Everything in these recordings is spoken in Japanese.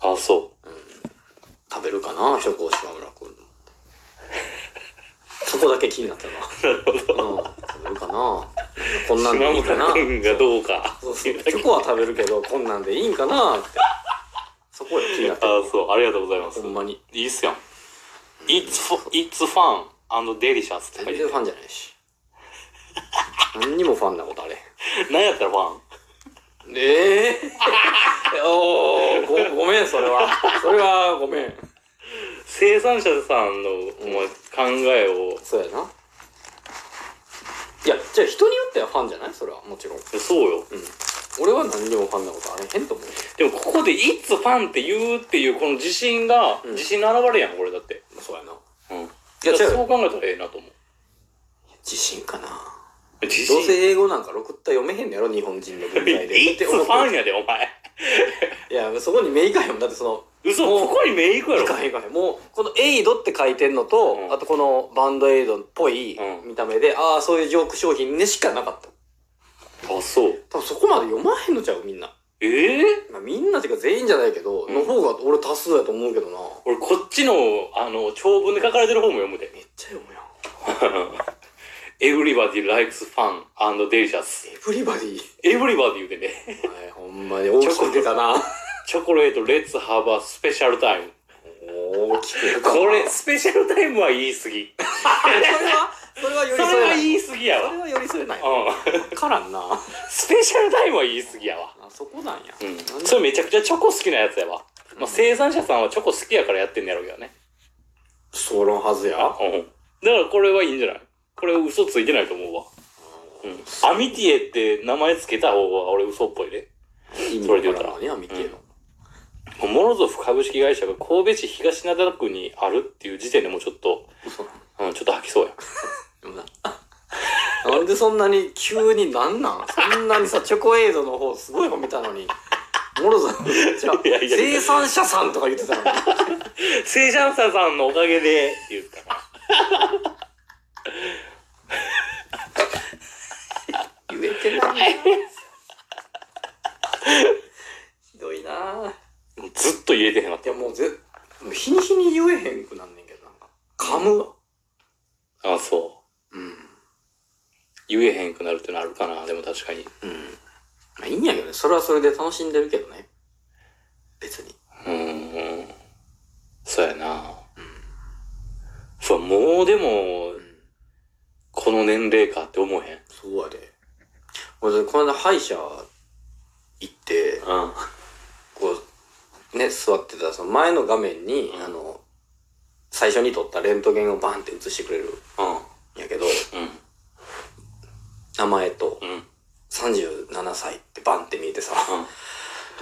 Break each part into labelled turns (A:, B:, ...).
A: ああ、そ
B: 食べるかなチョコを島村君 そこだけ気になった ななるほど、うん、食べるかなこ
A: う。
B: んなん
A: 島
B: でいいかな
A: 村くんがどうか。
B: そうそうチョコは食べるけどこんなんでいいんかなってそこが気になっ
A: あ
B: た
A: あ、そう。ありがとうございます
B: ほ。んまに
A: いいっすやん。It's, f- it's fun and delicious って書
B: 全
A: いて
B: 然ファンじゃないし何にもファンなことあれへん
A: る。何やったらファン
B: ええ おーごごめんそれはそれはごめん
A: 生産者さんの、お前、考えを。
B: そうやないやじゃあ人によってはファンじゃないそれはもちろん
A: そうよ。
B: 俺は何にもファンなことあれへんと思う
A: でもここで「It's fun」って言うっていうこの自信が、
B: うん
A: 自信の表れやんこれだって、
B: そうやな
A: うん、い
B: い
A: や
B: や違う
A: そう考えたらええなと思う
B: 自信かな
A: 自
B: どう
A: 信
B: せ英語なんかろくった読めへんのやろ日本人の文体で
A: It's
B: って思っ
A: fun
B: て
A: やでお前
B: いやそこに目いかへんもんだってその
A: 嘘
B: もう
A: ここに目いくやろ
B: いかへんいかへんもうこの「エイド」って書いてんのと、
A: うん
B: あとこのバンドエイドっぽい
A: うん
B: 見た目で、ああそういうジョーク商品ねしかなかった
A: あそう
B: 多分そこまで読まへんのちゃうみんな、
A: ええ
B: まあ、みんなっていうか全員じゃないけど、
A: うん
B: の方が俺多数やと思うけどな
A: 俺こっちのあの長文で書かれてる方も読むで
B: めっちゃ読むやん
A: 「Everybody likes fun and delicious
B: エブリバディ」
A: Everybody 言うてね
B: はいほんまに大きく出た な
A: チョコレート Let's have a special time
B: 大きく出たな
A: これ
B: そ
A: スペシャルタイムは言い過ぎ
B: れはそれは寄
A: そ
B: り添
A: れ
B: え
A: は
B: ない
A: 言い過ぎや
B: そ
A: わ
B: れは寄り添えないわ
A: うん
B: からんなあ
A: スペシャルタイムは言い過ぎやわ。
B: そこなんや、
A: うん。それめちゃくちゃチョコ好きなやつやわ。まあ、生産者さんはチョコ好きやからやってんのやろうけどね。
B: そうのはずや
A: うん。だからこれはいいんじゃないこれ嘘ついてないと思うわ。うん。アミティエって名前つけた方が俺嘘っぽいね。
B: 意味
A: それで言う
B: わか
A: たら
B: らんねアミティの、
A: モロゾフ株式会社が神戸市東灘区にあるっていう時点でもうちょっと、
B: 嘘な
A: うん、ちょっと吐きそうや。
B: んでもななんでそんなに急になんなんそんなにさチョコエイドの方すごい褒めたのにモロさんじゃあ
A: いやいやいや
B: 生産者さんとか言ってたのに
A: 生産者さんのおかげで、って言うかな。
B: 言えてないなひどいなあ
A: もうずっと言えてへんわ
B: い。やもうぜもう日に日に言えへんくなんねんけどなんか噛むわ
A: あ、そう。
B: うん
A: 言えへんくなるってのあるかな。でも確かに。
B: うんまあいいんやけどねそれはそれで楽しんでるけどね別に
A: うーん。そうやな。そう、もうでも
B: う、ん
A: この年齢かって思えへん。
B: そうやで俺この間歯医者行って
A: うん。
B: こうね座ってたらその前の画面に、
A: うん
B: あの最初に撮ったレントゲンをバンって映してくれる
A: うん
B: やけど
A: ん。
B: 名前と
A: うん。うん。
B: 37歳ってバンって見えてさ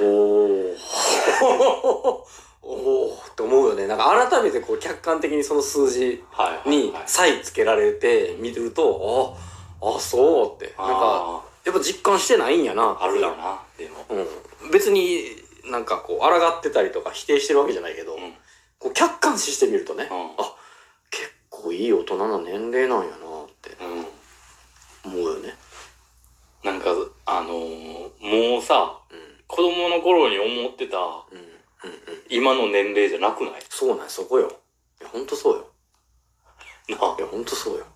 A: うん。
B: おお おおって思うよねなんか改めてこう客観的にその数字
A: はい。
B: に
A: はい、
B: 差異つけられて見るとああそうってなんか
A: あ
B: やっぱ実感してないんやな
A: ーあるだろうな。でも。
B: うん、別になんかこう抗ってたりとか否定してるわけじゃないけど、
A: うん。
B: こう客観視してみるとね、
A: うん
B: あ結構いい大人な年齢なんやなって
A: うん。
B: 思うよね
A: なんか、あのー、もうさ、
B: うん
A: 子供の頃に思ってた、
B: うんうんうん
A: 今の年齢じゃなくない
B: そうなんやそこよいやほんとそうよ
A: なあ
B: い。やほんとそうよ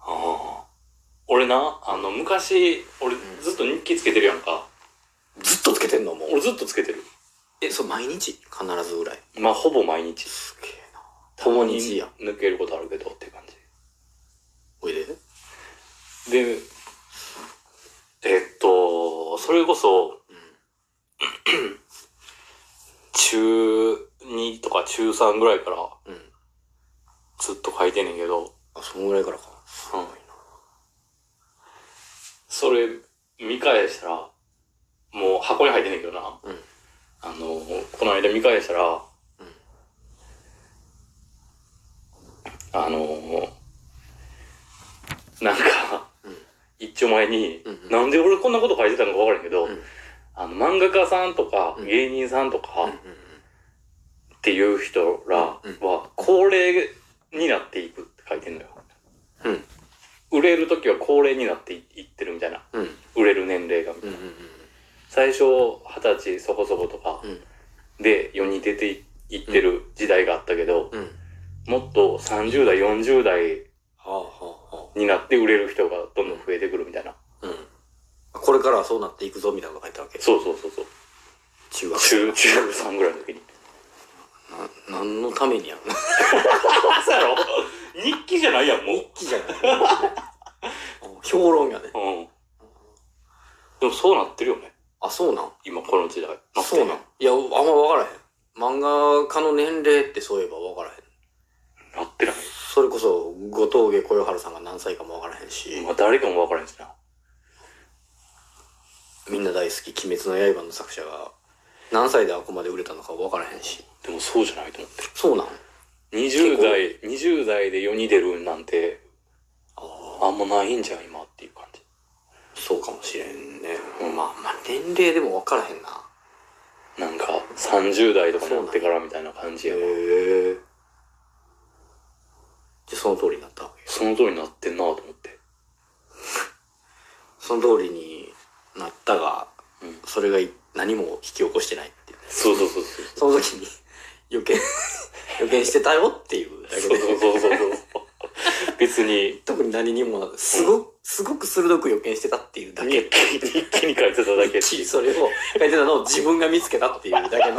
A: あー俺な、あの、昔、俺
B: ん
A: ずっと日記つけてるやんか。
B: ずっとつけてんのもう
A: 俺ずっとつけてる。
B: えそう毎日必ずぐらい
A: まあ、ほぼ毎日。
B: すげえな
A: 共に
B: 日やん
A: 抜けることあるけどっていう感
B: おいで
A: じでえっとそれこそ中2とか中3ぐらいから
B: うんうん
A: ずっと書いてんねんけど、
B: あそのぐらいからかすごいな
A: それ見返したらもう箱に入ってんねんけどな
B: うん
A: あのこの間見返したら、
B: うん
A: あのなんか
B: うん
A: 一丁前に、
B: うんうん
A: なんで俺こんなこと書いてたのか分からんけど、
B: うん
A: あの漫画家さんとか
B: うん
A: 芸人さんと
B: う
A: か
B: んうん
A: っていう人ら
B: うん
A: は高齢になっていくって書いてんのよ。
B: うん
A: 売れる時は高齢になっていってるみたいな。
B: うんうん
A: 売れる年齢が。
B: うんうん
A: 最初二十歳そこそことか
B: うん
A: で、で世に出ていってる時代があったけど、
B: うん。は
A: もっと30代、40代
B: あはあは
A: になって売れる人がどんどん増えてくるみたいな。
B: あ。うん。これからはそうなっていくぞみたいなのが書いたわけ。
A: そうそうそうそう。
B: 中学生。
A: 中、中3ぐらいの時に。
B: な、何のため にやんの
A: あ、そうやろ日記じゃないやん、もう。
B: 日記じゃない。評論やね。
A: うん。でもそうなってるよね。
B: あ、そうなん
A: 今、この時代。
B: あ、そうなんいや、あんま分からへん。漫画家の年齢ってそういえば分からへん。
A: なってない。
B: それこそ、後藤家小夜春さんが何歳かも分からへんし、
A: 今、誰かも分からへんしな。
B: みんな大好き、鬼滅の刃の作者が、何歳であくまで売れたのか分からへんし。
A: でもそうじゃないと思ってる。
B: そうなん
A: 20代、20代で世に出るなんて、
B: ああ、
A: あんまないんじゃん、今っていう感じ。
B: そうかもしれんね。
A: うん
B: まあまあ、年齢でも分からへんな。
A: なんか、30代とかになってからみたいな感じやわ
B: へえ。じゃあその通りになったわけ。
A: その通りになってんなと思って。
B: その通りになったが、
A: うん
B: それがい何も引き起こしてないっていうね。
A: そうそうそうそう。
B: その時に 予見、予見してたよっていうだけ
A: そうそう
B: で、
A: そうそうそう。別に、
B: 特に何にも、すごく、すごく鋭く予見してたっていうだ
A: 日記
B: け。
A: 日記に書いてただけっていう
B: それを書いてたのを自分が見つけたっていう だけの。
A: なん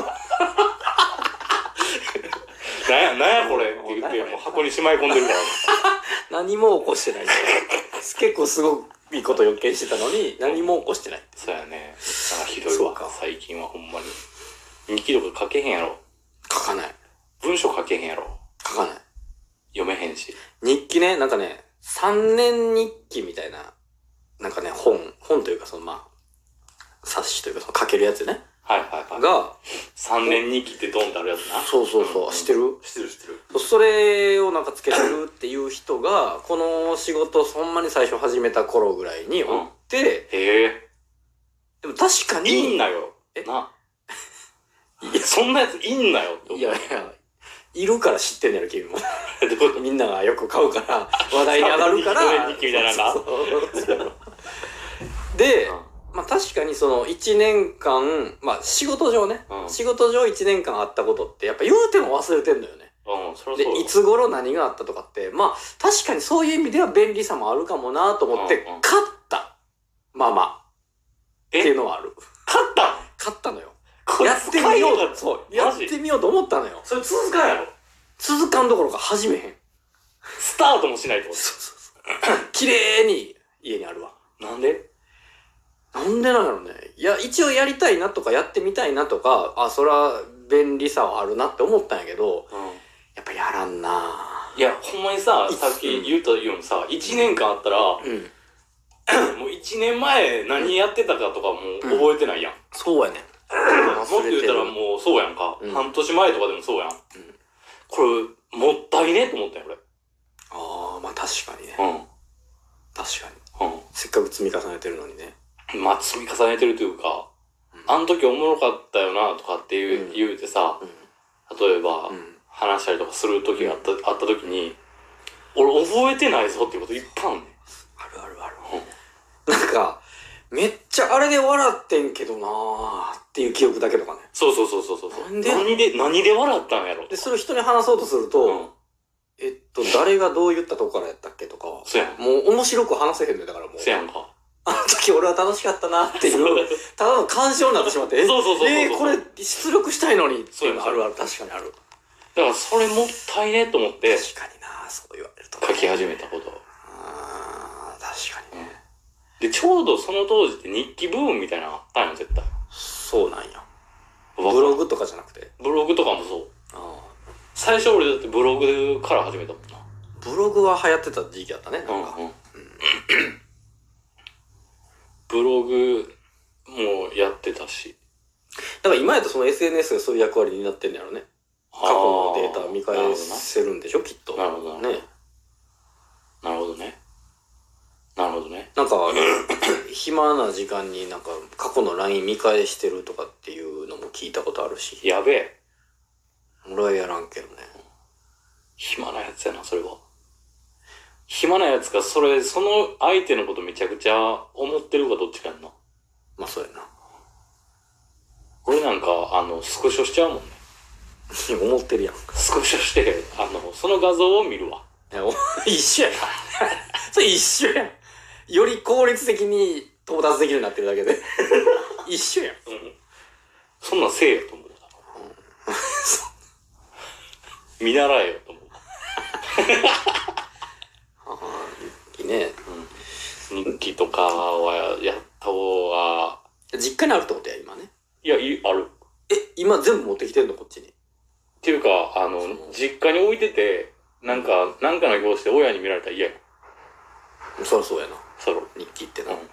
A: や、なんやこれって言って、もう箱にしまい込んでるから。
B: 何も起こしてない。結構すごくいいこと予見してたのに、何も起こしてない。
A: そうやね。あひどい
B: そう
A: わ
B: か。
A: 最近はほんまに。日記とか書けへんやろ。
B: 書かない。
A: 文章書けへんやろ。
B: 書かない。
A: 読めへんし。
B: 日記ね、なんかね、3年日記みたいな、なんかね、本、本というかそのまあ、冊子というかその書けるやつね。
A: はいはいはい。
B: が、
A: 三年日記ってドンってあるやつな。
B: そうそうそう、
A: ん
B: してる
A: してるしてる。
B: それをなんかつけてるっていう人が、この仕事をほんまに最初始めた頃ぐらいにおって、
A: へえ。
B: でも確かに、
A: いいんだよ
B: え。
A: な。
B: いや
A: そんなやついいんだよって思う。
B: いやいや、いるから知ってんねやろ、君も。
A: どういうこと
B: みんながよく買うから、話題に上がるから
A: 三年。日記みたいなのが
B: そうそうそうで、まあ確かにその1年間、まあ仕事上ね、
A: うん
B: 仕事上1年間あったことって、やっぱ言うても忘れてんのよね。
A: うん、そりゃそう
B: で、
A: よ
B: いつ頃何があったとかって、まあ、確かにそういう意味では便利さもあるかもなと思って、
A: うんうん
B: 勝ったままって
A: え
B: いうのはある。
A: 勝った
B: 勝ったのよ。
A: これ
B: やってみよ
A: 使え
B: う
A: よ
B: と、そう、や
A: マ
B: っ
A: ジ
B: てみようと思ったのよ。
A: それ続かんやろ。
B: 続かんどころか始めへん。
A: スタートもしないってこ
B: そうそうそう。綺麗に家にあるわ。
A: と。なんで
B: なんでなんやろね。いや、一応やりたいなとかやってみたいなとか、あ、そら便利さはあるなって思ったんやけど、
A: うん。
B: やっぱやらんない
A: や、ほんまにさ、
B: い
A: さっき言ったようにさ、1年間あったら、
B: うん。
A: もう1年前何やってたかとかもう覚えてないやん。
B: そうやね。
A: もっと言ったらもうそうやんか。
B: うん
A: 半年前とかでもそうやん。これ、もったいねと思ったよ、これ。
B: ああ、まあ確かにね。
A: う
B: 確かに。
A: ん。
B: せっかく積み重ねてるのにね。
A: うん。まあ、積み重ねてるというか、
B: うん
A: あの時おもろかったよなとかって言う,、
B: うん
A: 言うてさ、
B: う
A: 例えば、
B: ん。うん。
A: 話したりとかする時があった、あった時に、俺覚えてないぞっていうこといっぱいあんねん。
B: あるあるある。
A: うん
B: なんか、めっちゃあれで笑ってんけどなーっていう記憶だけとかね。
A: そうそうそうそうそうそう。
B: なんで
A: 何で、何で笑ったんやろ。
B: で、それを人に話そうとすると、
A: うん。
B: えっと、誰がどう言ったとこからやったっけとか、
A: そうやん。
B: もう面白く話せへんのよ、だからもう。
A: そうやんか。
B: あの時俺は楽しかったなっていう、 ただの干渉になってしまって、え
A: そうそうそうそうそう
B: えーこれ出力したいのにっていうの
A: そ
B: あ
A: う
B: るある、確かにある。
A: だからそれもったいねと思って
B: 確かになそう言われると、
A: 書き始めたこと。
B: あー確かにね。
A: で、ちょうどその当時って日記ブームみたいなのあったんよ、絶対。
B: そうなんや。
A: ブ
B: ブログとかじゃなくて。
A: ブログとかもそう。
B: あ
A: 最初俺だってブログから始めたもんな。
B: ーブログは流行ってた時期だったね、なんか。
A: うんうん。ブログもやってたし。
B: だから今やとその SNS がそういう役割になってんのやろね。過去のデータ見返せるんでしょ、きっと。
A: なるほどな
B: ね。
A: なるほどね。なるほどね。
B: なんか、 暇な時間になんか過去の LINE 見返してるとかっていうのも聞いたことあるし、
A: やべえ。
B: 俺はやらんけどね。
A: 暇なやつやな、それは。暇なやつか、それ、その相手のことめちゃくちゃ思ってるかどっちかやんな。
B: まあそうやな。
A: 俺なんか、あの、スクショしちゃうもんね。
B: 思ってるやん。
A: スクショして、あの、その画像を見るわ。
B: いやお 一緒やな。それ一緒やん。より効率的に到達できるようになってるだけで。 一緒やん。
A: うん。そんなんせえよと思う。見習えよと思う。
B: いいね。
A: 日記とかはやった方が、
B: 実家にあるってことや、今ね。
A: いや、いある。っ
B: え、今全部持ってきてんのこっちに。
A: ていうか、あの、実家に置いてて、なんか、なんかの拍子で親に見られたら嫌や。
B: そりゃそうやな。
A: その、
B: 日記って
A: う
B: な。
A: ん。